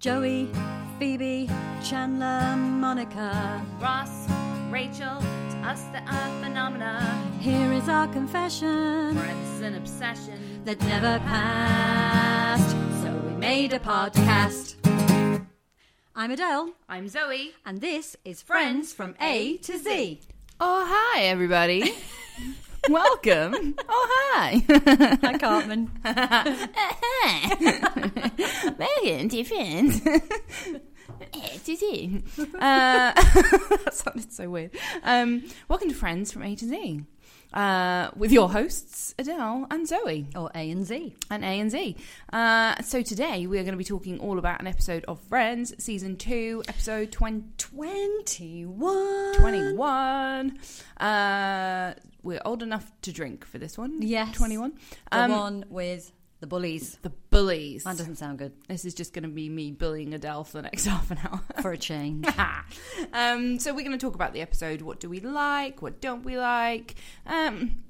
Joey, Phoebe, Chandler, Monica. Ross, Rachel, to us that are phenomena. Here is our confession For it's an obsession. that never passed. So we made a podcast. I'm Adele, I'm Zoe. and this is Friends from A to Z. Oh, hi, everybody. Welcome. Oh, hi. Hi, Cartman. Megan, different. Eh, uh, that sounded so weird. Um, welcome to Friends from A to Z uh, with your hosts, Adele and Zoe Or A and Z. and A and Z. Uh, so today we are going to be talking all about an episode of Friends, season two, episode 20. 21. 21. Uh, we're old enough to drink for this one. Yes. 21. The Um, one with the bullies. the bullies. That doesn't sound good This is just going to be me bullying Adele for the next half an hour. for a change. um, so we're going to talk about the episode. What do we like? What don't we like? Um,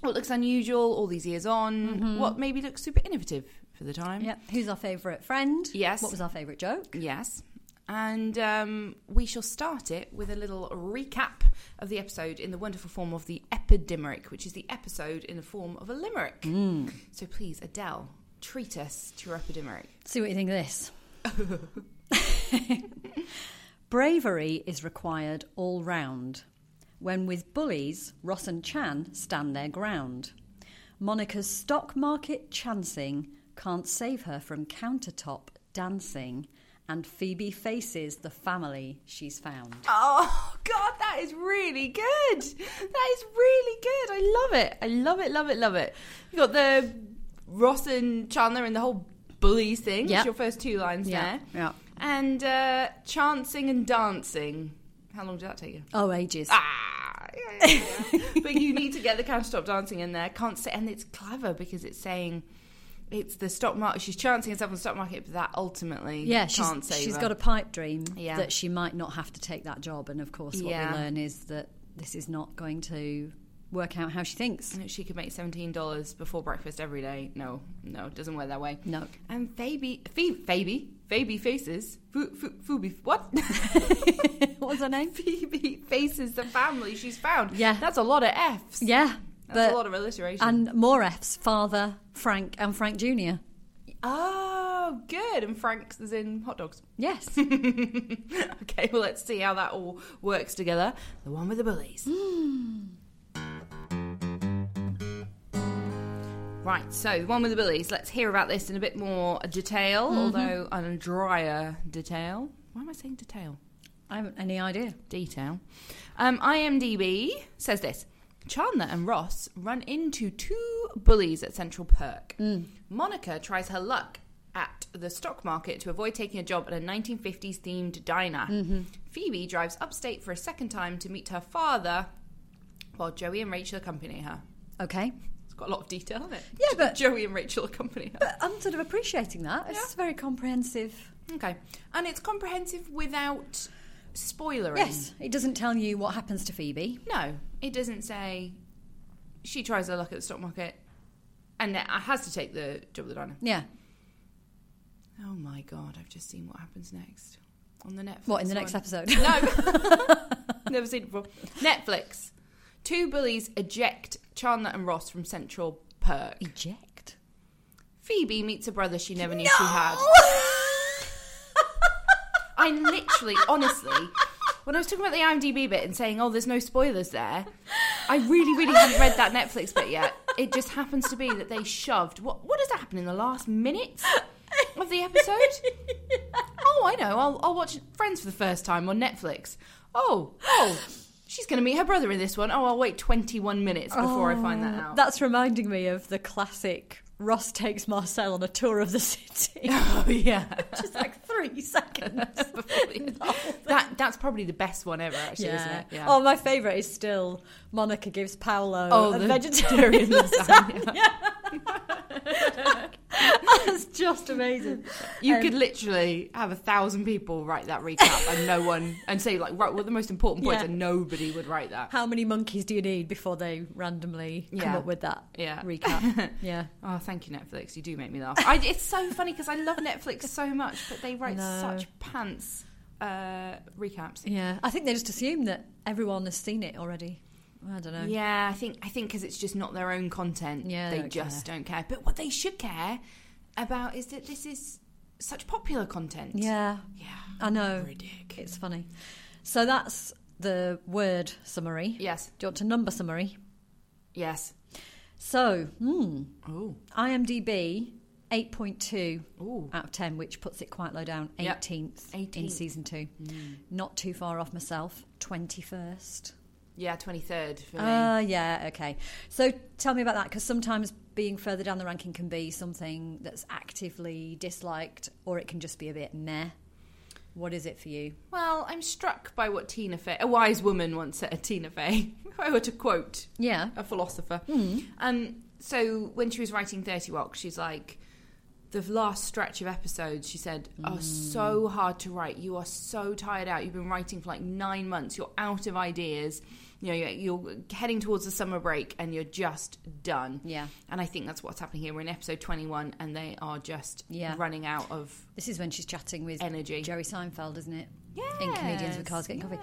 what looks unusual all these years on? What maybe looks super innovative for the time? yep. Who's our favourite friend? Yes. What was our favourite joke? Yes. And um, we shall start it with a little recap of the episode in the wonderful form of the epidimeric, which is the episode in the form of a limerick. So please, Adele, treat us to your epidimeric. See what you think of this. Bravery is required all round. When with bullies, Ross and Chan stand their ground. Monica's stock market chancing can't save her from countertop dancing. And Phoebe faces the family she's found. Oh God, that is really good. That is really good. I love it. I love it. Love it. Love it. You got the Ross and Chandler and the whole bullies thing. Yep. It's your first two lines Yeah, there. yeah. And uh, chancing and dancing. How long did that take you? Oh, ages. Ah. yeah, yeah, yeah. but you need to get the countertop dancing in there. Can't say, and it's clever because it's saying it's the stock market. She's chancing herself on the stock market, but that ultimately Yeah, she's, can't save she's her. got a pipe dream Yeah. that she might not have to take that job. And of course, what Yeah. we learn is that this is not going to work out how she thinks. She could make seventeen dollars before breakfast every day. No, no, it doesn't work that way. No. And Phoebe, Phoebe, Phoebe, Phoebe faces, Pho- Pho- Phoebe, what? What was her name? Phoebe faces the family she's found. Yeah. that's a lot of F's. Yeah. that's But, a lot of alliteration. and more F's father, Frank, and Frank Jr. oh, good. And Frank's is in hot dogs. Yes. okay, well, let's see how that all works together. The one with the bullies. Hmm. Right, so the one with the bullies. Let's hear about this in a bit more detail, although on a drier detail. Mm-hmm. Why am I saying detail? I haven't any idea. Detail. Um, IMDb says this. Chandler and Ross run into two bullies at Central Perk. Mm. Monica tries her luck at the stock market to avoid taking a job at a 1950s themed diner. Mm-hmm. Phoebe drives upstate for a second time to meet her father, while Joey and Rachel accompany her. Okay. It's got a lot of detail in it. Yeah, but- Joey and Rachel accompany her. But I'm sort of appreciating that. It's Yeah. very comprehensive. Okay, and it's comprehensive without spoilering. Yes. It doesn't tell you what happens to Phoebe. No, it doesn't say she tries her luck at the stock market and it has to take the job at the diner. Yeah. Oh my god, I've just seen what happens next on the Netflix. What, in the next one. episode? No, never seen it before. Netflix. Two bullies eject Chandler and Ross from Central Perk. Eject. Phoebe meets a brother she never knew she had. I literally, honestly, when I was talking about the IMDb bit and saying, "Oh, there's no spoilers there," I really, really haven't read that Netflix bit yet. It just happens to be that they shoved what what does that happen in the last minutes of the episode? Oh, I know. I'll, I'll watch Friends for the first time on Netflix. Oh, oh, she's going to meet her brother in this one. Oh, I'll wait 21 minutes before I find that out. That's reminding me of the classic Ross takes Marcel on a tour of the city. oh yeah. Just like three seconds. that that's probably the best one ever, actually, yeah. isn't it? Oh, my favourite is still Monica gives Paolo Oh, a the vegetarian lasagna. lasagna. That's just amazing. You Um, could literally have a thousand people write that recap and no one, and say, like, right, what are the most important points, Yeah. and nobody would write that. How many monkeys do you need before they randomly come Yeah. up with that Yeah. recap? Yeah. Oh, thank you, Netflix. You do make me laugh. I, it's so funny because I love Netflix so much, but they write No. such pants uh, recaps. Yeah. I think they just assume that everyone has seen it already. I don't know. Yeah, I think I think because it's just not their own content. Yeah, they they, don't just don't care. But what they should care about is that this is such popular content. Yeah. Oh. yeah, I know. ridiculous. It's funny. So that's the word summary. Yes, Do you want to number summary? yes. So, hmm, Oh, IMDb 8.2 oh, out of 10, which puts it quite low down, Yep. 18th, in 18th. season two. Not too far off myself, 21st. yeah. Twenty third for me. Uh, yeah, okay. So tell me about that because sometimes being further down the ranking can be something that's actively disliked or it can just be a bit meh. What is it for you? well, I'm struck by what Tina Fey, a wise woman, once said. Tina Fey, if I were to quote Yeah. a philosopher. Hmm. Um, so when she was writing Thirty Rock, she's like, the last stretch of episodes, she said, are Hmm. so hard to write. You are so tired out. You've been writing for like nine months. You're out of ideas. You know, you're, you're heading towards the summer break, and you're just done. Yeah. And I think that's what's happening here. We're in episode 21, and they are just Yeah. running out of This is when she's chatting with energy. Jerry Seinfeld, isn't it? Yeah. In Comedians with Cars Getting Coffee.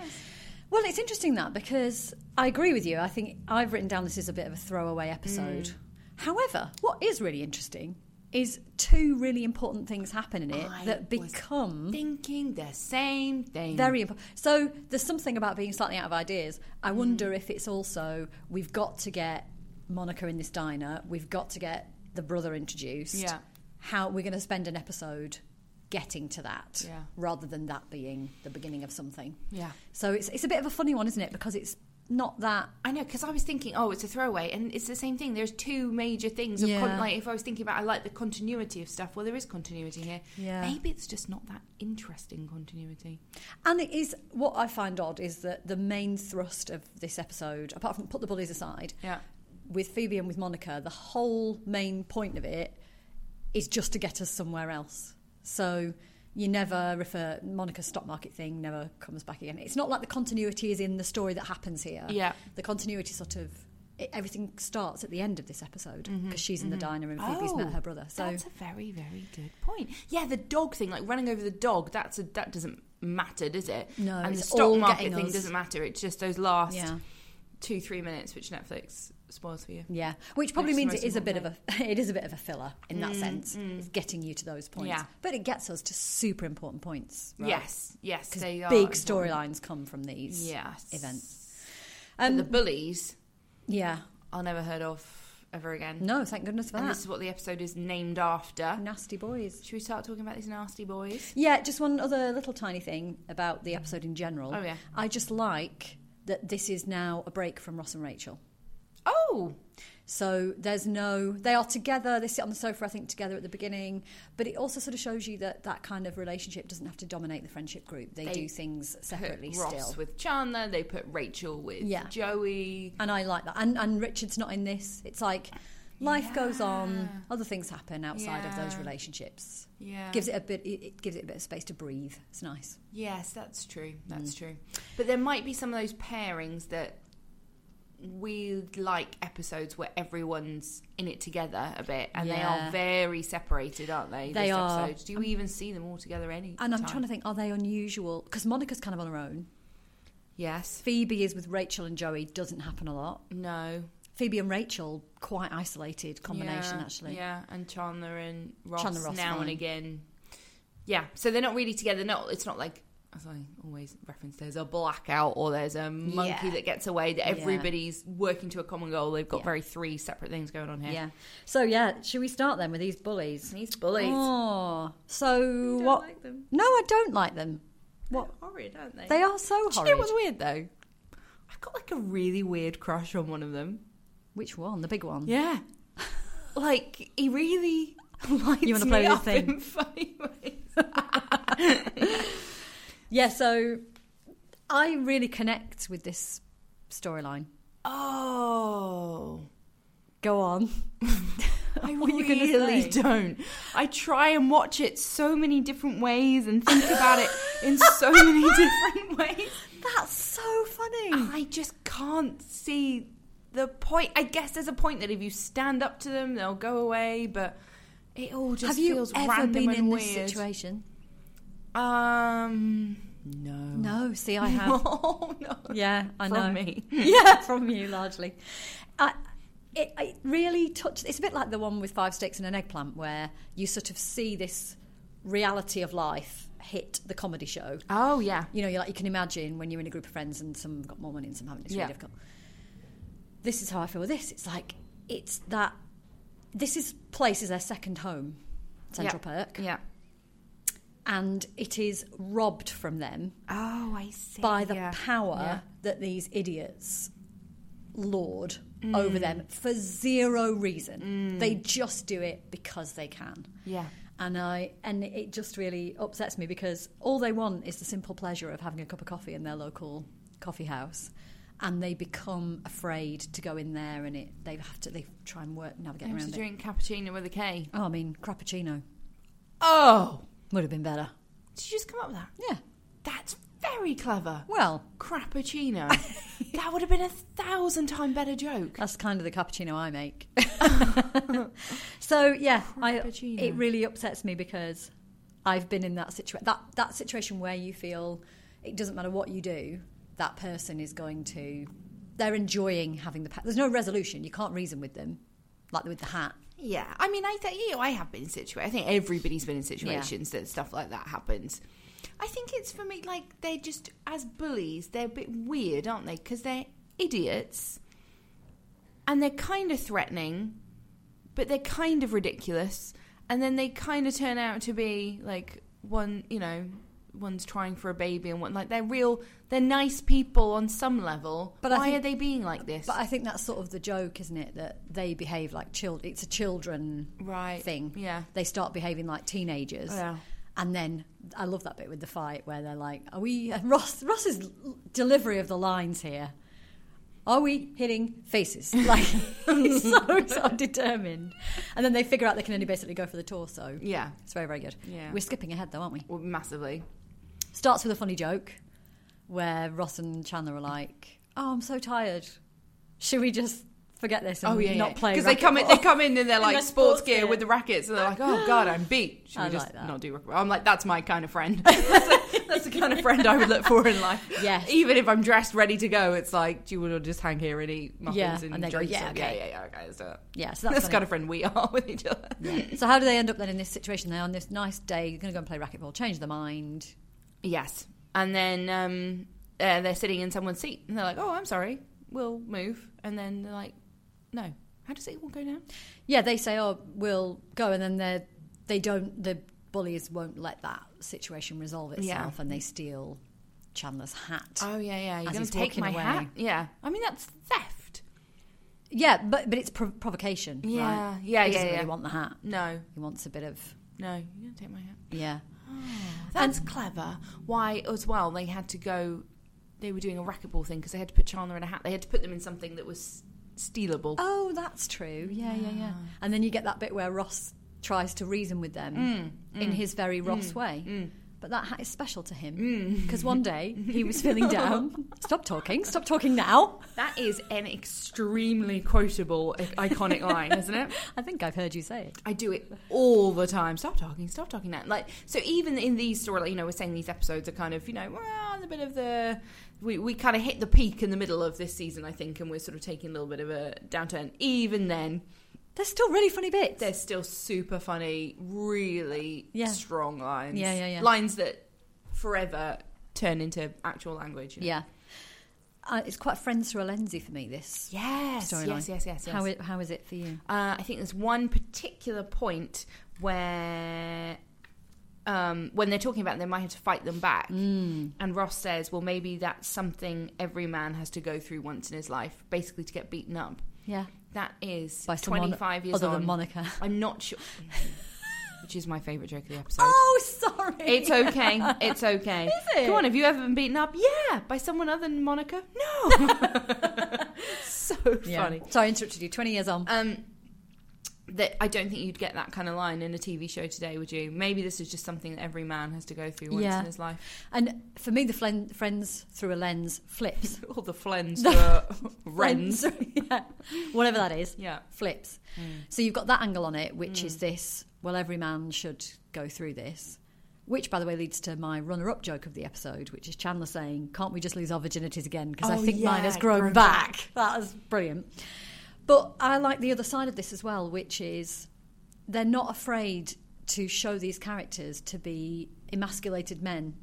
Well, it's interesting that because I agree with you. I think I've written down this is a bit of a throwaway episode. Hmm. However, what is really interesting is two really important things happen in it I that was become Thinking the same thing. Mm-hmm. very important. So there's something about being slightly out of ideas. Mm. I wonder if it's also we've got to get Monica in this diner. We've got to get the brother introduced. Yeah. How we're going to spend an episode getting to that Yeah. rather than that being the beginning of something. Yeah. So it's it's a bit of a funny one, isn't it? Because it's not that. I know because I was thinking, oh, it's a throwaway, and it's the same thing. There's two major things. Of con- Yeah. like if I was thinking about, I like the continuity of stuff. Well, there is continuity here. Yeah. Maybe it's just not that interesting continuity. And it is what I find odd is that the main thrust of this episode, apart from put the bullies aside, Yeah. with Phoebe and with Monica, the whole main point of it is just to get us somewhere else. So you never refer Monica's stock market thing never comes back again. It's not like the continuity is in the story that happens here. Yeah. The continuity sort of it, everything starts at the end of this episode because she's in the diner and Phoebe's met her brother. So Mm-hmm. Oh, that's a very very good point. Yeah, the dog thing, like running over the dog. That's a that doesn't matter, does it? No, And it's the stock all market getting thing us. doesn't matter. It's just those last yeah. two three minutes which Netflix spoils for you. Yeah, which probably Which is means the it most Mm, is a bit of a it is a bit of a filler in that sense. It's getting you to those points, Yeah. but it gets us to super important points. Right? Yes, yes, because they are big important. storylines come from these. Yes, events. And Um, the bullies. yeah. I'll never heard of ever again. No, thank goodness for And that. this is what the episode is named after. Nasty boys. Should we start talking about these nasty boys? Yeah, just one other little tiny thing about the episode in general. Oh, yeah. I just like that this is now a break from Ross and Rachel. Oh, So there's no, they are together, they sit on the sofa, I think, together at the beginning. But it also sort of shows you that that kind of relationship doesn't have to dominate the friendship group. They, They do things separately put Ross still. with Chandler. They put Rachel with Yeah. Joey. and I like that. And, and Richard's not in this. It's like life goes on, Yeah. other things happen outside of those Yeah. relationships. Yeah. Gives it a bit, it it gives it a bit of space to breathe. It's nice. yes, that's true. Mm. That's true. But there might be some of those pairings that we like episodes where everyone's in it together a bit, and they Yeah. are very separated, aren't they? They this are. Episode. Do we even see them all together any? And I'm time? trying to think, are they unusual? Because Monica's kind of on her own. Yes. Phoebe is with Rachel and Joey, doesn't happen a lot. No. Phoebe and Rachel, quite isolated combination, Yeah, actually. Yeah, and Chandler and Ross, Chandler Ross, now fine. and again. Yeah, so they're not really together. No, it's not like as I always reference. There's a blackout or there's a monkey Yeah. that gets away. That Yeah. everybody's working to a common goal. They've got Yeah. very three separate things going on here. Yeah. So, yeah, should we start then with these bullies? These bullies. Oh, so I what? like them. No, I don't like them. What? They're horrid, aren't they? They are so Do you horrid. know what's weird though? I've got like a really weird crush on one of them. Which one? The big one? Yeah, like he really lights wanna me play with up the thing? in funny ways. Yeah, so I really connect with this storyline. Oh. Go on. I What were you gonna really say? don't. I try and watch it so many different ways and think about it in so many different ways. That's so funny. I just can't see the point. I guess there's a point that if you stand up to them, they'll go away. But it all just Have you feels ever random been and in weird. this situation? Um, no, No, see, I have. oh no, yeah, I From know. me. yeah, from you largely. I, it, it really touched. It's a bit like the one with five sticks and an eggplant, where you sort of see this reality of life hit the comedy show. Oh yeah, You know, you're like you can imagine when you're in a group of friends and some have got more money and some haven't. It's Yeah. really difficult. This is how I feel with this. It's like it's that. This is place is their second home, Central Perk, yeah. and it is robbed from them Oh, I see. by the Yeah. power Yeah. that these idiots lord Mm. over them for zero reason. They just do it because they can. Yeah. And I and it just really upsets me because all they want is the simple pleasure of having a cup of coffee in their local coffee house. And they become afraid to go in there, and it they have to they try and work navigate I used around it. to drink cappuccino with a K. Oh, I mean, Crappuccino Oh, would have been better. did you just come up with that? Yeah. That's very clever. Well, Crappuccino. that would have been a thousand time better joke. That's kind of the cappuccino I make. so yeah, I, Cappuccino. it really upsets me because I've been in that situation. That that situation where you feel it doesn't matter what you do, that person is going to. They're enjoying having the. Pa- There's no resolution. You can't reason with them, like with the hat. Yeah, I mean, I th- you know, I have been in situations. I think everybody's been in situations that stuff like that happens. I think it's for me like they're just as bullies. They're a bit weird, aren't they? Because they're idiots, and they're kind of threatening, but they're kind of ridiculous. And then they kind of turn out to be like one, you know, one's trying for a baby and one like they're real. They're nice people on some level. But But I why think- are they being like this? But I think that's sort of the joke, isn't it? That they behave like children. It's a children right thing. Yeah. They start behaving like teenagers. Oh, Yeah. And then I love that bit with the fight where they're like, "Are we?" And Ross Ross's l- delivery of the lines here. Are we hitting faces? Like he's so so determined. And then they figure out they can only basically go for the torso. Yeah. It's very very good. Yeah. We're skipping ahead though, aren't we? Well, massively. Starts with a funny joke where Ross and Chandler are like, "Oh, I'm so tired. Should we just forget this and Oh yeah, not play?" because they come in. They racquetball?" come in and they're like their sports sports gear gear. with the rackets, and they're like, "Oh God, I'm beat." Should I we like just that. not do racquetball? I'm like, that's my kind of friend. that's, the- that's the kind of friend I would look for in life. Yes. even if I'm dressed ready to go, it's like, do you want to just hang here and eat muffins Yeah, and, and they go, drinks? "Yeah, And okay. yeah, yeah, yeah, okay, let's do it. Yeah, so that's That's, the funny. kind of friend we are with each other. So how do they end up then in this situation? They're on this nice day, you're going to go and play racquetball, change their mind. Yes, and then um, uh, they're sitting in someone's seat, and they're like, "Oh, I'm sorry, we'll move," and then they're like, "No, how does it all go now?" Yeah, they say, "Oh, we'll go," and then they they don't. The bullies won't let that situation resolve itself, and they steal Chandler's hat. Oh yeah, yeah, you're As going he's to take walking my away. hat? Yeah, I mean that's theft. yeah, but but it's prov- provocation. Yeah, right? yeah, He yeah, doesn't yeah. really want the hat. No, He wants a bit of no, you don't take my hat. yeah. That's clever. Why as well? They had to go. They were doing a racquetball thing because they had to put Chandler in a hat. They had to put them in something that was stealable. Oh, that's true. Yeah, yeah, yeah. Ah. And then you get that bit where Ross tries to reason with them Mm. in his very Ross way. But that hat is special to him Mm. because one day he was feeling down. stop talking. Stop talking now. That is an extremely quotable, i- iconic line, isn't it? I think I've heard you say it. I do it all the time. Stop talking, stop talking. That like so. Even in these story, like, you know, we're saying these episodes are kind of you know well, on the bit of the we we kind of hit the peak in the middle of this season, I think, and we're sort of taking a little bit of a downturn. Even then, There's still really funny bits. they're still super funny, really Yeah. strong lines. Yeah, yeah, yeah. Lines that forever turn into actual language. you know? Yeah. Uh, it's quite Friends Through a Lensy for me, this Yes, storyline. yes, yes, yes, yes. How, it, how is it for you? Uh, I think there's one particular point where. Um, when they're talking about they might have to fight them back, Mm. and Ross says, "Well, maybe that's something every man has to go through once in his life, basically to get beaten up." Yeah. That is By someone 25 years other on. than Monica. I'm not sure, which is my favorite joke of the episode. Oh, sorry. It's okay. It's okay. Is it? Come on, have you ever been beaten up? Yeah, by someone other than Monica? No. so Yeah. funny. So I interrupted you. 20 years on. Um that I don't think you'd get that kind of line in a TV show today, would you? Maybe this is just something that every man has to go through once Yeah. in his life. And for me, the flen- friends through a lens flips. All the flens were wrens. yeah. Whatever that is. Yeah. Flips. So you've got that angle on it, which Mm. is this well, every man should go through this. Which, by the way, leads to my runner up joke of the episode, which is Chandler saying, Can't we just lose our virginities again? Because I Oh, think mine yeah, has grown, grown back. That is brilliant. But I like the other side of this as well, which is they're not afraid to show these characters to be emasculated men.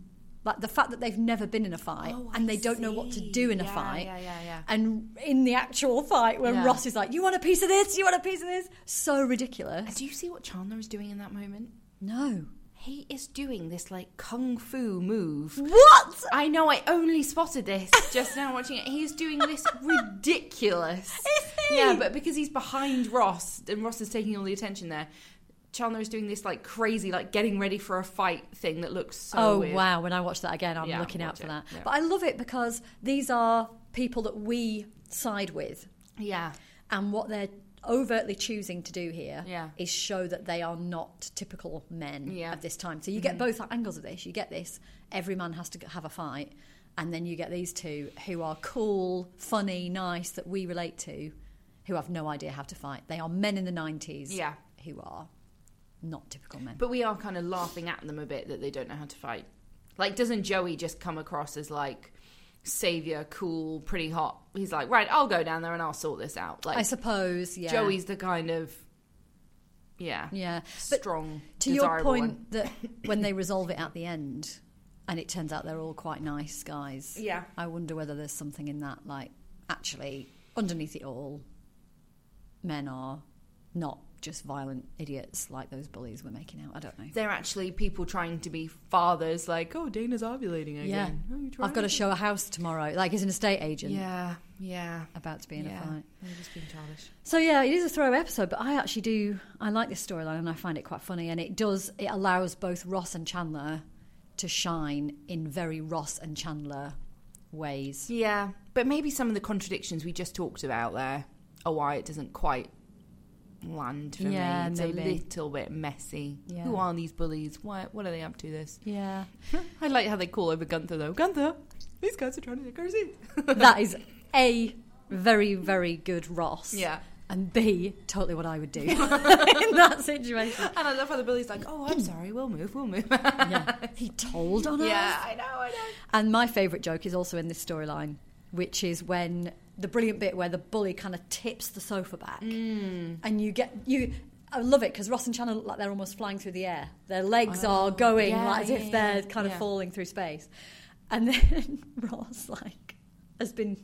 Like the fact that they've never been in a fight Oh, and I they don't know what to see. do in a Yeah, fight. yeah, yeah, yeah. And in the actual fight, when Yeah. Ross is like, "You want a piece of this? You want a piece of this?" So ridiculous. Do you see what Chandler is doing in that moment? No. He is doing this like kung fu move. What? I know I only spotted this just now watching it. He's doing this ridiculous. Is he? Yeah, but because he's behind Ross and Ross is taking all the attention there, Chandler is doing this like crazy, like getting ready for a fight thing that looks so oh weird. wow! When I watch that again, I'm Yeah, looking out watch for it. that. Yeah. But I love it because these are people that we side with, Yeah. and what they're overtly choosing to do here is Yeah. show that they are not typical men Yeah. Mm-hmm. of this time. So you get both angles of this. You get this every man has to have a fight, and then you get these two who are cool, funny, nice that we relate to, who have no idea how to fight. They are men in the nineties, Yeah. who are not typical men. But we are kind of laughing at them a bit that they don't know how to fight. Like, doesn't Joey just come across as like savior, cool, pretty hot? He's like, right, I'll go down there and I'll sort this out. Like, I suppose, yeah, Joey's the kind of yeah, yeah, but strong. to your desirable point one. that when they resolve it at the end and it turns out they're all quite nice guys Yeah. i wonder whether there's something in that like actually underneath it all men are not just violent idiots like those bullies we're making out i don't know they're actually people trying to be fathers. Like, oh, Dana's ovulating yeah again. Oh, you i've got to trying?" show a house tomorrow like he's an estate agent Yeah, yeah, about to be in yeah. a fight They're just being childish. So yeah, it is a throw episode, but I actually do I like this storyline and I find it quite funny and it does it allows both Ross and Chandler to shine in very Ross and Chandler ways. Yeah, but maybe some of the contradictions we just talked about there are why it doesn't quite land for Yeah, me. It's maybe. a little bit messy. Yeah. Who are these bullies? Why, what are they up to this? Yeah. I like how they call over Gunther though. Gunther, these guys are trying to take our seat. that is A very, very good Ross. Yeah. And B, totally what I would do in that situation. And I love how the bully's like, oh, I'm sorry, we'll move, we'll move. Yeah. He told on us. yeah, I know, I know. And my favourite joke is also in this storyline, which is when the brilliant bit where the bully kind of tips the sofa back, Mm. and you get you. I love it because Ross and Chandler look like they're almost flying through the air. Their legs are going Oh, yeah, like as if yeah, they're yeah, kind of yeah. falling through space, and then Ross like has been.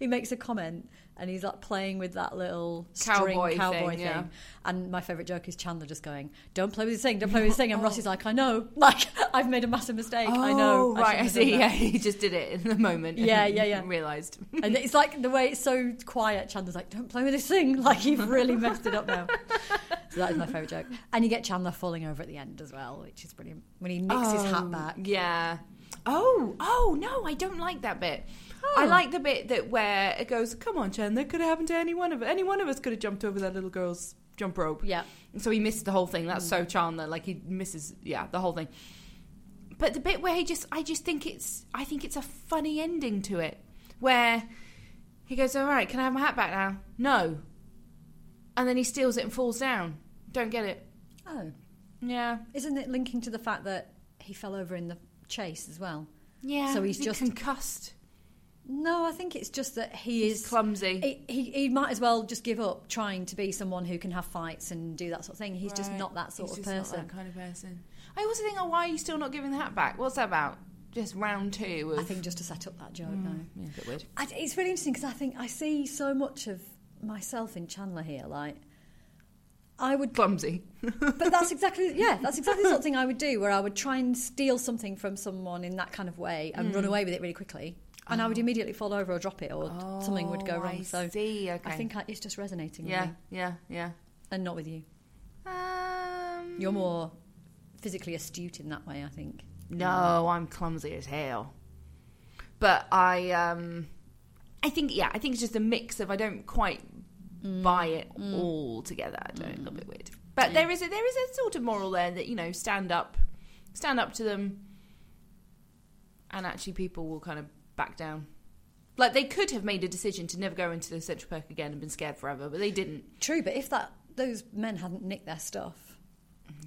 He makes a comment and he's like playing with that little string Cowboy cowboy, thing, thing. yeah. And my favourite joke is Chandler just going, "Don't play with this thing, don't play with this thing," and Ross is like, "I know, like I've made a massive mistake. I know, Oh, right, shouldn't I, have done see. that." Yeah, he just did it in the moment. Yeah, and yeah, yeah. Realised. And it's like the way it's so quiet. Chandler's like, "Don't play with this thing. Like you've really messed it up now." so that is my favorite joke. And you get Chandler falling over at the end as well, which is brilliant when he nicks his Um, hat back. Yeah. Oh, oh no, I don't like that bit. I Oh. like the bit that where it goes, "Come on, Chen, that could have happened to any one of us. Any one of us could have jumped over that little girl's jump rope." Yeah, Mm. So he missed the whole thing. That's so Chandler. Like he misses, yeah, the whole thing. But the bit where he just, I just think it's, I think it's a funny ending to it, where he goes, "All right, can I have my hat back now?" No. And then he steals it and falls down. Don't get it. Oh, Yeah. isn't it linking to the fact that he fell over in the chase as well? Yeah. So he's Is he just- concussed. No, I think it's just that he He's is. clumsy. He, he, he might as well just give up trying to be someone who can have fights and do that sort of thing. He's just Right. not that sort He's of just not person. that kind of person. I also think, oh, why are you still not giving the hat back? What's that about? Just round two. Of, I think just to set up that joke. No. Yeah, a bit weird. I, it's really interesting because I think I see so much of myself in Chandler here. Like, I would, Clumsy. but that's exactly yeah, that's exactly the sort of thing I would do, where I would try and steal something from someone in that kind of way and Hmm. run away with it really quickly, and I would immediately fall over or drop it or something would go Oh, wrong. I so see. Okay. I think I, it's just resonating, with Yeah. me. Yeah. Yeah. and not with you. Um, You're more physically astute in that way, I think. No, I'm clumsy as hell. But I, um, I think yeah, I think it's just a mix of I don't quite buy it all together. I don't know, a little bit weird. But there is a, there is a sort of moral there that you know stand up, stand up to them, and actually people will kind of back down. Like they could have made a decision to never go into the Central Perk again and been scared forever, but they didn't. True, but if that those men hadn't nicked their stuff,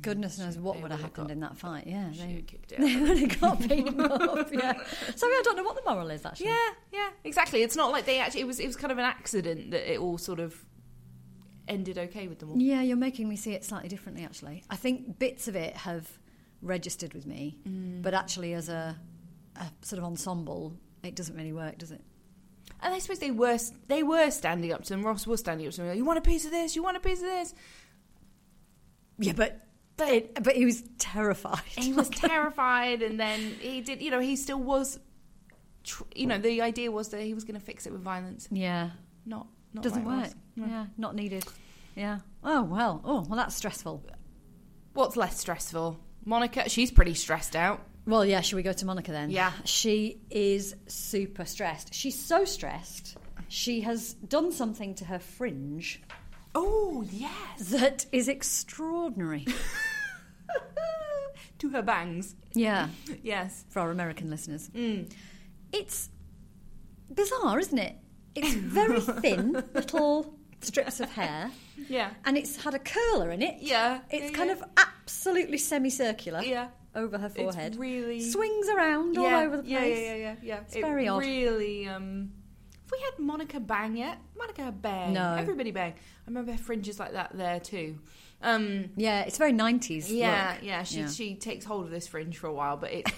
goodness knows what Mm-hmm. They would have would've happened got- in that fight. Yeah, She they, kicked it. they would have got beaten up. Yeah. Sorry, I don't know what the moral is actually. Yeah, yeah, exactly. It's not like they actually. It was it was kind of an accident that it all sort of ended okay with them all. Yeah, you're making me see it slightly differently, actually. I think bits of it have registered with me, but actually, as a, a sort of ensemble, it doesn't really work, does it? And I suppose they were they were standing up to them. Ross was standing up to them. Like, you want a piece of this? You want a piece of this? Yeah, but But but he was terrified. he was terrified, and then he did. You know, he still was. Tr- you know, the idea was that he was going to fix it with violence. yeah, Not, not doesn't like work. Ross. Yeah, not needed. Yeah. Oh well. Oh well, that's stressful. What's less stressful? Monica, she's pretty stressed out. Well, yeah, should we go to Monica then? Yeah. She is super stressed. She's so stressed. She has done something to her fringe Oh yes, that is extraordinary. to her bangs. yeah, Yes. Mm, for our American listeners. It's bizarre, isn't it? It's very thin little strips of hair, Yeah. and it's had a curler in it. Yeah. It's Yeah, kind yeah. of absolutely semicircular Yeah. over her forehead. really Swings around all over the place. Yeah, yeah, yeah, yeah. yeah. It's very odd. Really. Um, if we had Monica Bang yet, Monica Bang. No. everybody Bang. I remember her fringes like that there too. Um, Yeah, it's very 90s. yeah, look. yeah. She Yeah. she takes hold of this fringe for a while, but it's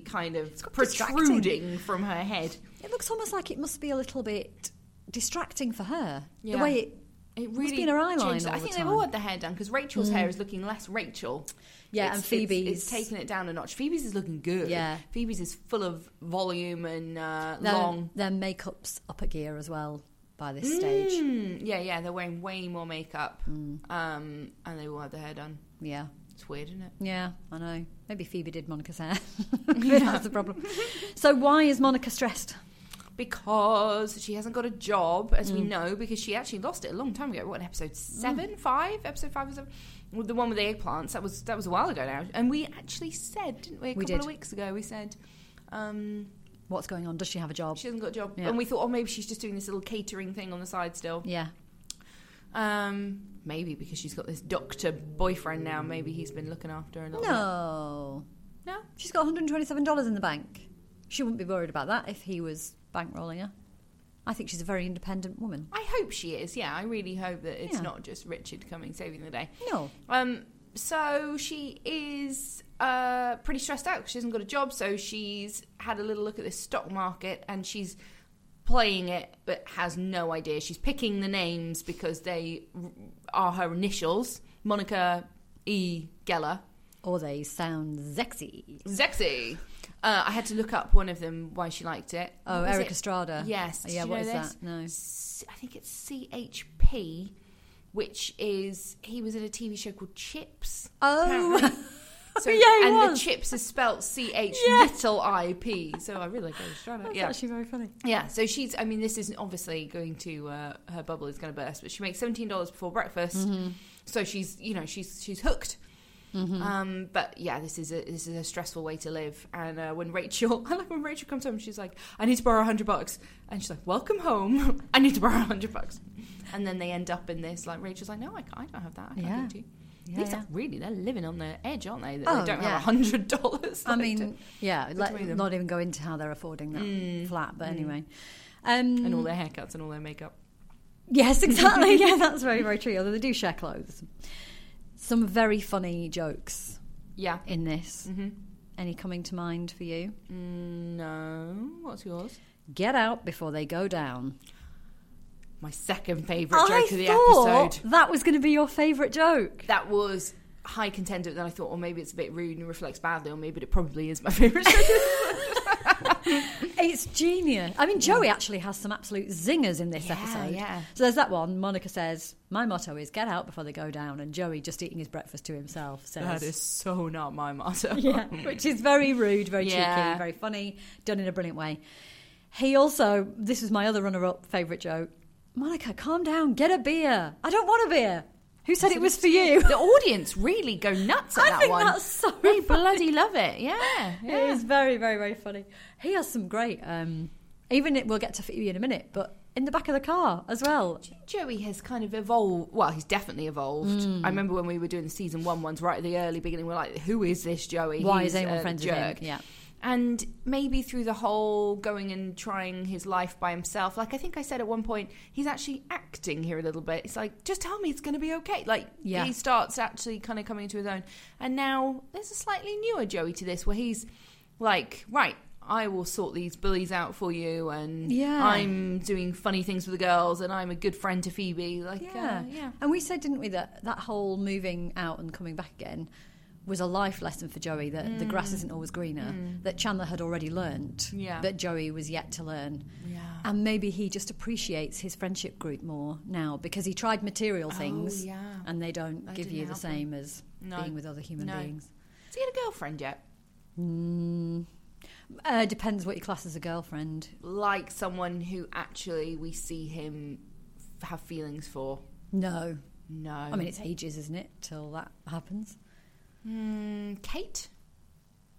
kind of quite protruding distracting. from her head. It looks almost like it must be a little bit distracting for her. The Yeah. way it. It really been her eyeliner changes- all I the think time. Mm. they've all had their hair done because Rachel's hair is looking less Rachel. Yeah, It's- and Phoebe's. it's, it's taken it down a notch. Phoebe's is looking good. Yeah. Phoebe's is full of volume and uh, their, long. Their makeup's up a gear as well by this stage. Mm. Mm, yeah, yeah, they're wearing way more makeup, um, and they all had their hair done. Yeah. It's weird, isn't it? Yeah, I know. Maybe Phoebe did Monica's hair. That's the problem. So, why is Monica stressed? Because she hasn't got a job, as we Mm. know, because she actually lost it a long time ago. What in episode seven, five, episode five or seven, Well, the one with the eggplants. That was that was a while ago now, and we actually said, didn't we? A We couple did. of weeks ago, we said. Um, What's going on? Does she have a job? she hasn't got a job, Yeah. and we thought, oh, maybe she's just doing this little catering thing on the side still. Yeah. Um, maybe because she's got this doctor boyfriend now. Maybe he's been looking after her. A little No. bit. no, She's got $127 in the bank. She wouldn't be worried about that if he was bankrolling her. I think she's a very independent woman. I hope she is. Yeah, I really hope that it's Yeah. not just Richard coming saving the day. No. Um, so she is uh, pretty stressed out 'cause she hasn't got a job. So she's had a little look at this stock market and she's playing it, but has no idea. She's picking the names because they r- are her initials: Monica E. Geller, Or they sound sexy. Zexy. Uh, I had to look up one of them why she liked it. Oh, What was Eric it? Estrada. Yes. Yeah, Do you what know is this? that? No. C- I think it's CHP, which is he was in a TV show called Chips. Oh, apparently. So, Yeah, he and was. the chips is spelt C H Yeah. little I P. So I really like Australia. that's Yeah, actually very funny. yeah. So she's. I mean, this is obviously going to uh, her bubble is going to burst, but she makes seventeen dollars before breakfast. Mm-hmm. So she's, you know, she's she's hooked. Um, but yeah, this is a this is a stressful way to live. And uh, when Rachel, I like when Rachel comes home, she's like, "I need to borrow hundred bucks," and she's like, "Welcome home. I need to borrow hundred bucks." And then they end up in this. Like Rachel's like, "No, I, I don't have that. I can't Yeah. give it to you." Yeah, These yeah. are really they're living on the edge, aren't they? That Oh, they don't yeah. have a hundred dollars. I mean, yeah, between let, them. Mm. not even go into how they're affording that flat, but anyway. Um, and all their haircuts and all their makeup. Yes, exactly. yeah, that's very, very true. Although they do share clothes. Some very funny jokes Yeah. Mm-hmm. in this. Any coming to mind for you? No. What's yours? Get out before they go down. My second favorite joke of the thought episode. that was going to be your favourite joke. That was high contender. Then I thought, well, maybe it's a bit rude and reflects badly, or maybe it probably is my favorite joke. It's genius. I mean, Joey actually has some absolute zingers in this Yeah, episode. yeah. So there's that one. Monica says, "My motto is get out before they go down," and Joey, just eating his breakfast to himself, says, that is so not my motto. "Yeah," which is very rude, very Yeah. cheeky, very funny, done in a brilliant way. He also, this was my other runner-up favorite joke. Monica, calm down. Get a beer. I don't want a beer. Who said it was for you? The audience really go nuts at I that think one. that's so funny. they bloody love it. Yeah, It yeah. is very, very, very funny. He has some great. Um, even it, we'll get to Phoebe in a minute, but in the back of the car as well. Joey has kind of evolved. Well, he's definitely evolved. Mm. I remember when we were doing the season one ones right at the early beginning. We're like, who is this Joey? Why He's is anyone a friends jerk. with him? Yeah. And maybe through the whole going and trying his life by himself, like I think I said at one point, he's actually acting here a little bit. It's like, just tell me it's going to be okay. Like, Yeah. he starts actually kind of coming into his own. And now there's a slightly newer Joey to this where he's like, right, I will sort these bullies out for you. And Yeah. I'm doing funny things with the girls and I'm a good friend to Phoebe. Like, yeah. Yeah. yeah. And we said, didn't we, that that whole moving out and coming back again was a life lesson for Joey that Mm. the grass isn't always greener, that Chandler had already learnt, Yeah. but Joey was yet to learn. Yeah. And maybe he just appreciates his friendship group more now because he tried material things Oh, yeah. Oh. and they don't That give didn't you the help same as No. being with other human No. beings. Mm. Has he had a girlfriend yet? Uh, depends what you class as a girlfriend. Like someone who actually we see him f- have feelings for. No. No. I mean, it's ages, isn't it, till that happens? Mm, Kate?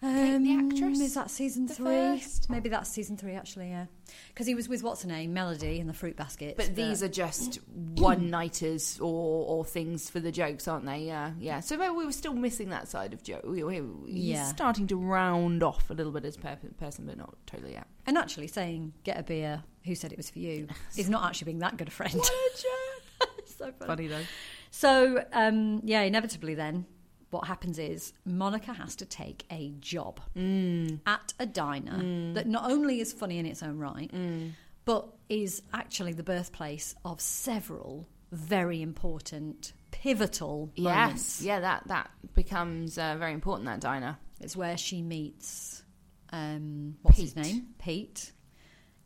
Um, the actress? Is that season The three? first? Maybe that's season three, actually, yeah. Because he was with what's her name? Melody in the fruit basket. But these are just one nighters or, or things for the jokes, aren't they? Yeah, yeah. So maybe we were still missing that side of Joe. We, we, he's Yeah. starting to round off a little bit as per- person, but not totally yet. And actually saying, get a beer, who said it was for you, is not actually being that good a friend. so funny. though. So, um, yeah, inevitably then, what happens is Monica has to take a job Mm. at a diner that not only is funny in its own right, Mm. but is actually the birthplace of several very important, pivotal Yes, moments. yeah. That that becomes uh, very important. That diner. It's where she meets, um, what's his Pete. name? Pete.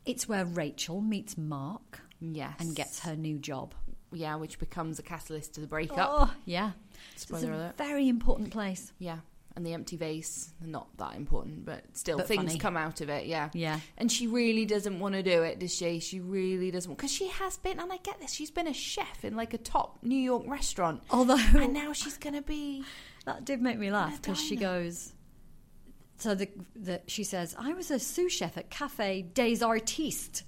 It's where Rachel meets Mark Yes, and gets her new job. yeah, which becomes a catalyst to the breakup. Oh, yeah. So Spoiler alert. it's a very important place. Yeah, and the empty vase. Not that important, but still, But things funny. come out of it. Yeah, Yeah. And she really doesn't want to do it, does she? She really doesn't because she has been, and I get this. She's been a chef in like a top New York restaurant, Although and now she's gonna be. That did make me laugh because she diner. goes. So the, the she says, "I was a sous chef at Cafe des Artistes,"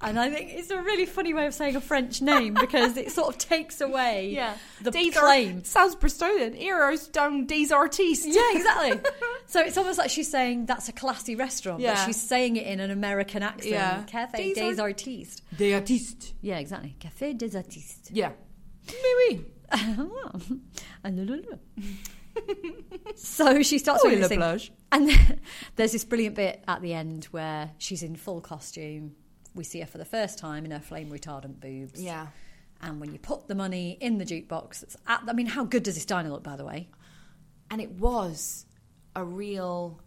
and I think it's a really funny way of saying a French name because it sort of takes away the Des claim. Ar- sounds Bristolian. Eros down des artistes. yeah, exactly. so it's almost like she's saying that's a classy restaurant, but Yeah. she's saying it in an American accent. Yeah. Cafe Des Ar- des, Artistes. Des artistes. Yeah, exactly. Cafe des Artistes. Yeah. Maybe. Ah, la, la, la. so she starts Oh, doing this la thing. plage. And there's this brilliant bit at the end where she's in full costume. We see her for the first time in her flame retardant boobs. Yeah. And when you put the money in the jukebox, it's at, I mean, how good does this diner look, by the way? Uh-huh. And it was a real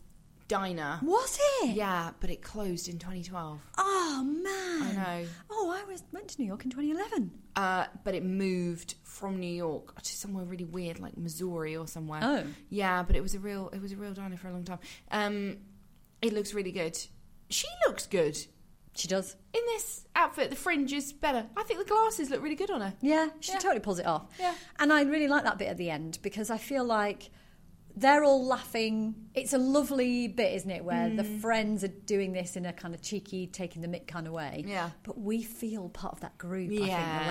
diner. Was it? Yeah, but it closed in 2012. Oh, man. I know. Oh, I was, went to New York in 2011. Uh, but it moved from New York to somewhere really weird, like Missouri or somewhere. Oh. yeah, but it was a real it was a real diner for a long time. Um, it looks really good. She looks good She does. in this outfit. The fringe is better. I think the glasses look really good on her. Yeah, she Yeah. totally pulls it off. Yeah. And I really like that bit at the end because I feel like they're all laughing. It's a lovely bit, isn't it, where Mm. the friends are doing this in a kind of cheeky, taking the mick kind of way. Yeah. But we feel part of that group, I think, the way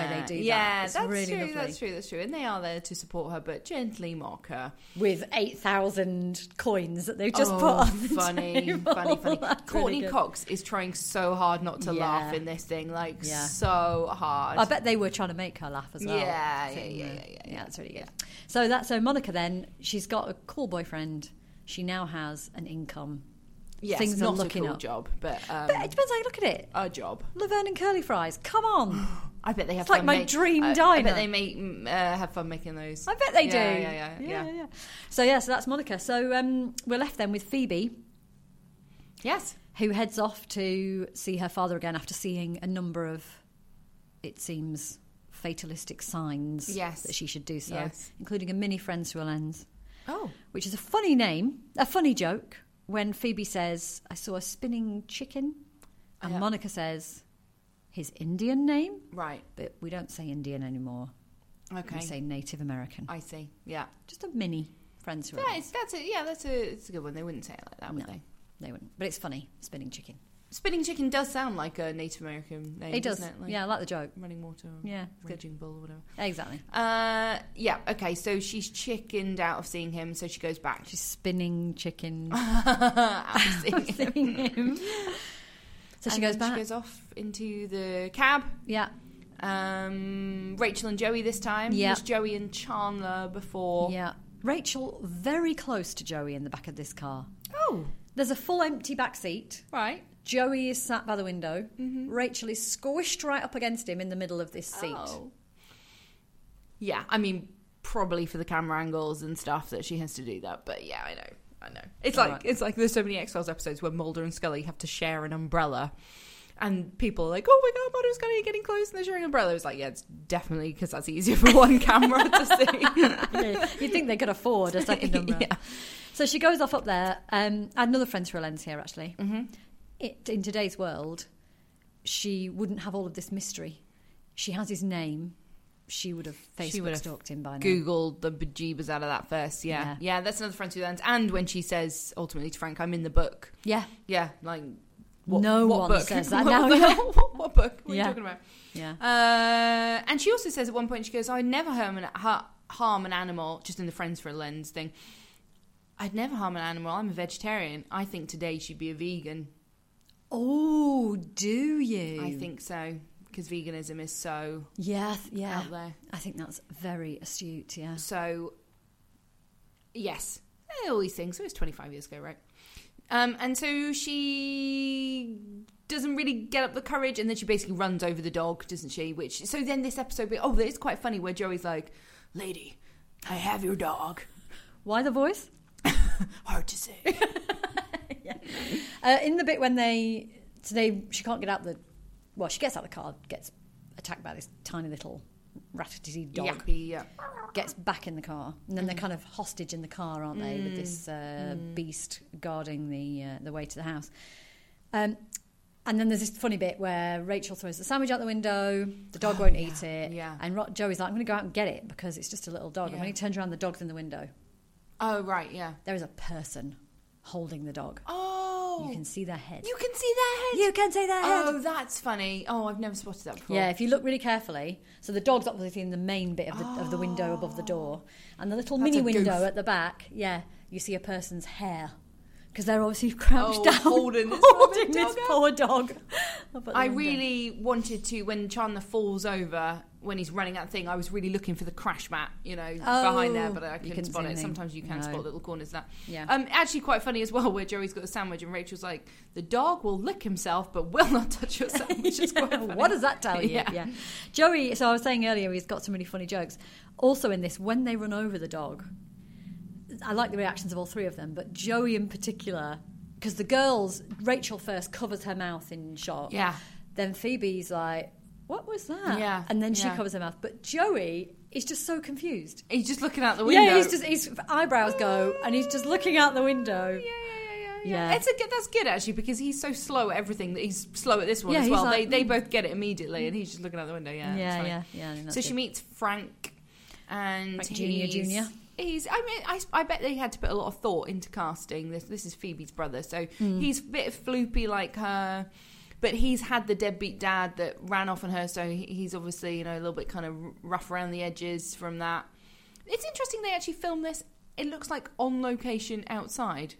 they do that. yeah, It's that's really true. lovely. That's true. That's true. And they are there to support her, but gently mock her. With 8,000 coins that they've just Oh, put on the funny, table. funny, funny. That's really Courtney good. Cox is trying so hard not to Yeah. laugh in this thing, like Yeah. so hard. I bet they were trying to make her laugh as well. Yeah, So, yeah, yeah, yeah, yeah, yeah. That's really good. So that so Monica then she's got a cool boyfriend. She now has an income. yes, things are not looking a cool up. job, but, um, But it depends how you look at it. a job. Laverne and curly fries. Come on, I bet they have It's like fun my make- dream I- I diner. bet they make mm, uh, have fun making those. I bet they Yeah, do. Yeah, yeah, yeah. yeah, So yeah, so that's Monica. So um, we're left then with Phoebe, Yes. who heads off to see her father again after seeing a number of, it seems, fatalistic signs. Yes. that she should do so, Yes. including a mini friends through a lens. Oh. which is a funny name, a funny joke when Phoebe says, I saw a spinning chicken. And Yeah. Monica says, his Indian name, Right. but we don't say Indian anymore. Okay. We say Native American. I see. Yeah. Just a mini friends who That is, that's a, yeah, that's a, it's a good one. They wouldn't say it like that, would No. they? they wouldn't. But it's funny, spinning chicken. Spinning chicken does sound like a Native American name. it does. Doesn't it? Like yeah, I like the joke. Running water. Or Yeah, it's good. Raging bull or whatever. Exactly. Uh, yeah. Okay. So she's chickened out of seeing him, so she goes back. She's spinning chicken. out of seeing him. seeing him. So she And goes then back. She goes off into the cab. yeah, Um, Rachel and Joey this time. Yeah. It was Joey and Chandler before. yeah. Rachel very close to Joey in the back of this car. Oh, There's a full empty back seat. right. Joey is sat by the window. Rachel is squished right up against him in the middle of this seat. Mm-hmm. Oh. Yeah, I mean, probably for the camera angles and stuff that she has to do that. But yeah, I know, I know. It's All like right. it's like there's so many X Files episodes where Mulder and Scully have to share an umbrella, and people are like, "Oh my god, Mulder and Scully are getting close and they're sharing an umbrella." It's like, yeah, it's definitely because that's easier for one camera to see. Yeah, You'd think they could afford a second number. Yeah. So she goes off up there. Um, another friends for a lens here, actually. It, in today's world, she wouldn't have all of this mystery. She has his name. She would have She Facebook would have stalked him by now. Googled the bejeebers out of that first, yeah, Yeah. yeah. that's another French who learns. And when she says ultimately to Frank, "I'm in the book," Yeah, Yeah, like No one book? says that What now, the yeah. hell? what book? What Yeah. are you talking about? yeah. Uh, and she also says at one point, she goes, "I never harm an, ha- harm an animal." Just in the friends for a lens thing, I'd never harm an animal. I'm a vegetarian. I think today she'd be a vegan. Oh, do you? I think so because veganism is so Yeah, th- yeah. out there. I think that's very astute. Yeah. So, yes, Eh, all these things. It was 25 years ago, right? Um, and so she doesn't really get up the courage, and then she basically runs over the dog, doesn't she? Which so then this episode, oh, it's quite funny where Joey's like, "Lady, I have your dog. Why the voice? Hard to say." Uh, in the bit when they, so they, she can't get out the, well, she gets out the car, gets attacked by this tiny little ratty dog, Yappy, yeah. Mm-hmm. gets back in the car, and then they're kind of hostage in the car, aren't they, with this Mm. uh, beast guarding the uh, the way to the house. Um, and then there's this funny bit where Rachel throws the sandwich out the window, the dog won't eat it, Oh, yeah. and Ro- Joey's like, I'm going to go out and get it because it's just a little dog. And when Yeah. he turns around, the dog's in the window. Oh right, yeah. There is a person holding the dog. Oh, You can see their head. you can see their head. You can see their Oh, that's funny. Oh, I've never spotted that before. Yeah, if you look really carefully, so the dog's obviously in the main bit of the, of the window above the door, and the little That's mini a goof. window at the back, yeah, you see a person's hair because they're obviously crouched Oh, down holding this holding rubbish this dog up. poor dog. up at the I window. really wanted to when Chandler falls over when he's running that thing. I was really looking for the crash mat, you know, behind there, Oh. but I You couldn't, couldn't spot see it. anything. Sometimes you can No. spot little corners of that. Yeah. Um, actually, quite funny as well, where Joey's got a sandwich and Rachel's like, "The dog will lick himself, but will not touch your sandwich." It's quite funny. what does that tell you? Yeah. Joey, so I was saying earlier, he's got some really funny jokes. Also, in this, when they run over the dog, I like the reactions of all three of them, but Joey in particular, because the girls, Rachel first covers her mouth in shock. Yeah. Then Phoebe's like, what was that? Yeah, And then she yeah. covers her mouth. But Joey is just so confused. He's just looking out the window. Yeah, he's just, his eyebrows go and he's just looking out the window. Yeah, yeah, yeah, yeah, Yeah. yeah. It's a good, that's good actually because he's so slow at everything that he's slow at this one Yeah, as he's well. like, they they both get it immediately, and he's just looking out the window. Yeah, it's yeah, funny. yeah. yeah, I think that's So good. she meets Frank and Frank Junior, he's- Junior. He's. I mean, I, I bet they had to put a lot of thought into casting this. This is Phoebe's brother, so Mm. he's a bit floopy like her, but he's had the deadbeat dad that ran off on her. So he- he's obviously you know a little bit kind of rough around the edges from that. It's interesting they actually filmed this. It looks like on location outside.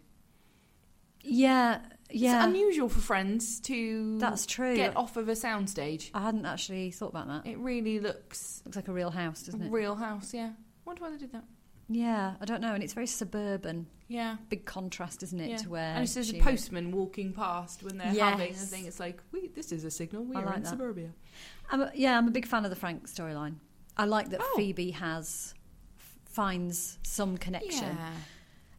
Yeah, yeah. It's unusual for Friends to That's Uh, true. get off of a soundstage. I hadn't actually thought about that. It really looks Looks like a real house, doesn't it? real house. Yeah, wonder why they did that. yeah, I don't know, and it's very suburban. Yeah. Big contrast, isn't it, Yeah. to where and it's just she a is. postman walking past when they're having a Yes. thing. It's like, we, this is a signal. We I are like in that. suburbia. I'm a, yeah, I'm a big fan of the Frank storyline. I like that Oh. Phoebe has finds some connection,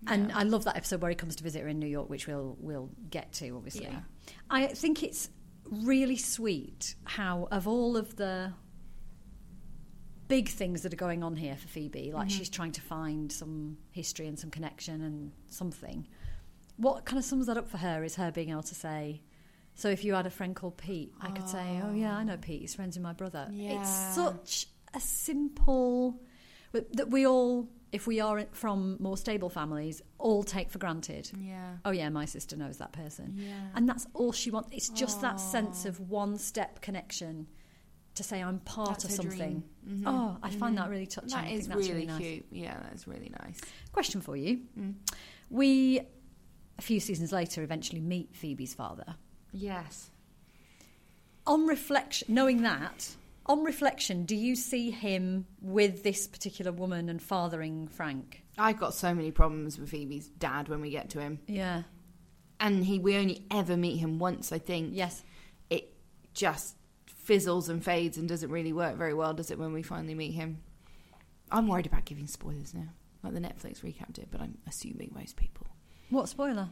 and I love that episode where he comes to visit her in New York, which we'll we'll get to obviously. Yeah. I think it's really sweet how of all of the big things that are going on here for Phoebe, like she's trying to find some history and some connection and something. What kind of sums that up for her is her being able to say, So if you had a friend called Pete, I could say, "Oh yeah, I know Pete. He's friends with my brother." It's Yeah. such a simple that we all, if we are from more stable families, all take for granted. Yeah. Oh yeah, my sister knows that person, Yeah. and that's all she wants. It's just that sense of one step connection to say I'm part That's of her something. dream. Mhm. Oh, I find that really touching. I That think is that's really, really nice. cute. Yeah, that's really nice. Mm. Question for you. We, a few seasons later, eventually meet Phoebe's father. Yes. On reflection, knowing that, on reflection, do you see him with this particular woman and fathering Frank? I've got so many problems with Phoebe's dad when we get to him. Yeah. And he we only ever meet him once, I think. Yes. It just fizzles and fades and doesn't really work very well, does it, when we finally meet him? I'm worried about giving spoilers now. Like the Netflix recap did, but I'm assuming most people. What spoiler?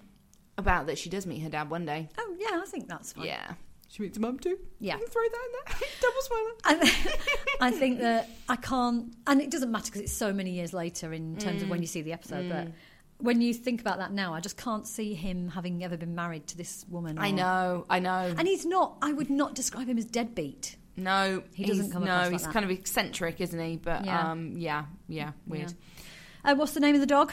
About that she does meet her dad one day. Oh yeah, I think that's fine. Yeah. She meets her mum too? Yeah. Throw that in there. Double spoiler. I, I think that I can't, and it doesn't matter because it's so many years later in terms of when you see the episode. Mm. But when you think about that now, I just can't see him having ever been married to this woman. I or- know, I know. and he's not. I would not describe him as deadbeat. No, He doesn't he's- come No, across like he's that. kind of eccentric, isn't he? But Yeah. yeah, um, yeah, yeah, weird. Yeah. Uh, what's the name of the dog?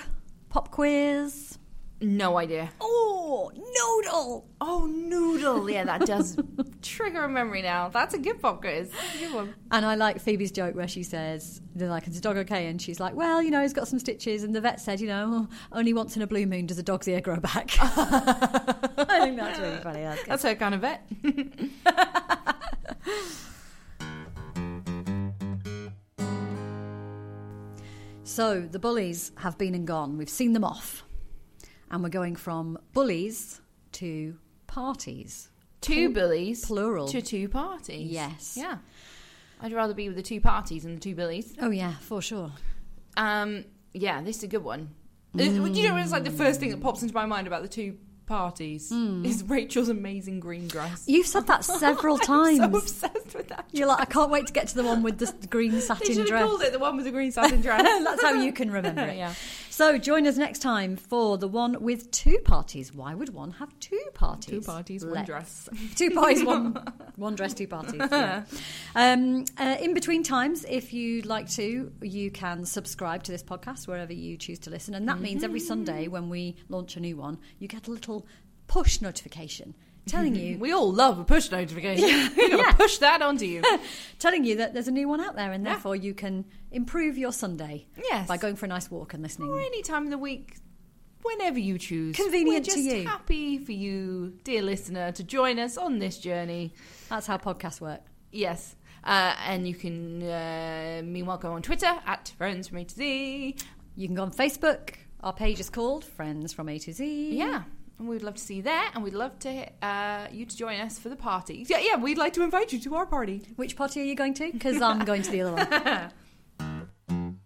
Pop quiz. No idea. Oh, Noodle. Oh, noodle. Yeah, that does trigger a memory now. That's a good pop quiz. good one. And I like Phoebe's joke where she says, they're like, is the dog okay? And she's like, well, you know, he's got some stitches. And the vet said, you know, only once in a blue moon does a dog's ear grow back. I think that's really funny. That's good. That's her kind of vet. So the bullies have been and gone. We've seen them off. And we're going from bullies to parties. Two bullies plural. to two parties. Yes. Yeah. I'd rather be with the two parties than the two bullies. Oh, yeah, for sure. Um, yeah, this is a good one. Uh, Do you know it's like the first thing that pops into my mind about the two parties Hmm. is Rachel's amazing green dress. You've said that several times. I'm so obsessed with that. You're like, I can't wait to get to the one with the s- green They satin should have dress. called it the one with the green satin dress. That's how you can remember it. yeah. So join us next time for the one with two parties. Why would one have two parties? Two parties, one Let's- dress. Two parties, one one dress, two parties. yeah. Um, uh, in between times, if you'd like to, you can subscribe to this podcast wherever you choose to listen, and that means every Mm-hmm. Sunday when we launch a new one, you get a little push notification telling you We all love a push notification. We're going to Yeah. push that onto you. telling you that there's a new one out there, and Yeah. therefore you can improve your Sunday Yes. by going for a nice walk and listening. or any time of the week, whenever you choose. Convenient We're to just you. happy for you, dear listener, to join us on this journey. That's how podcasts work. Yes. Uh, and you can, uh, meanwhile, go on Twitter at Friends from A to Z. You can go on Facebook. Our page is called Friends from A to Z. Yeah. And we'd love to see you there, and we'd love to uh, you to join us for the party. Yeah, yeah, we'd like to invite you to our party. Which party are you going to? Because I'm going to the other one.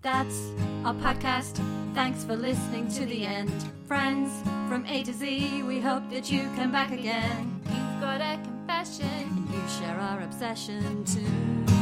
That's our podcast. Thanks for listening to the end. Friends from A to Z, we hope that you come back again. You've got a confession. You share our obsession too.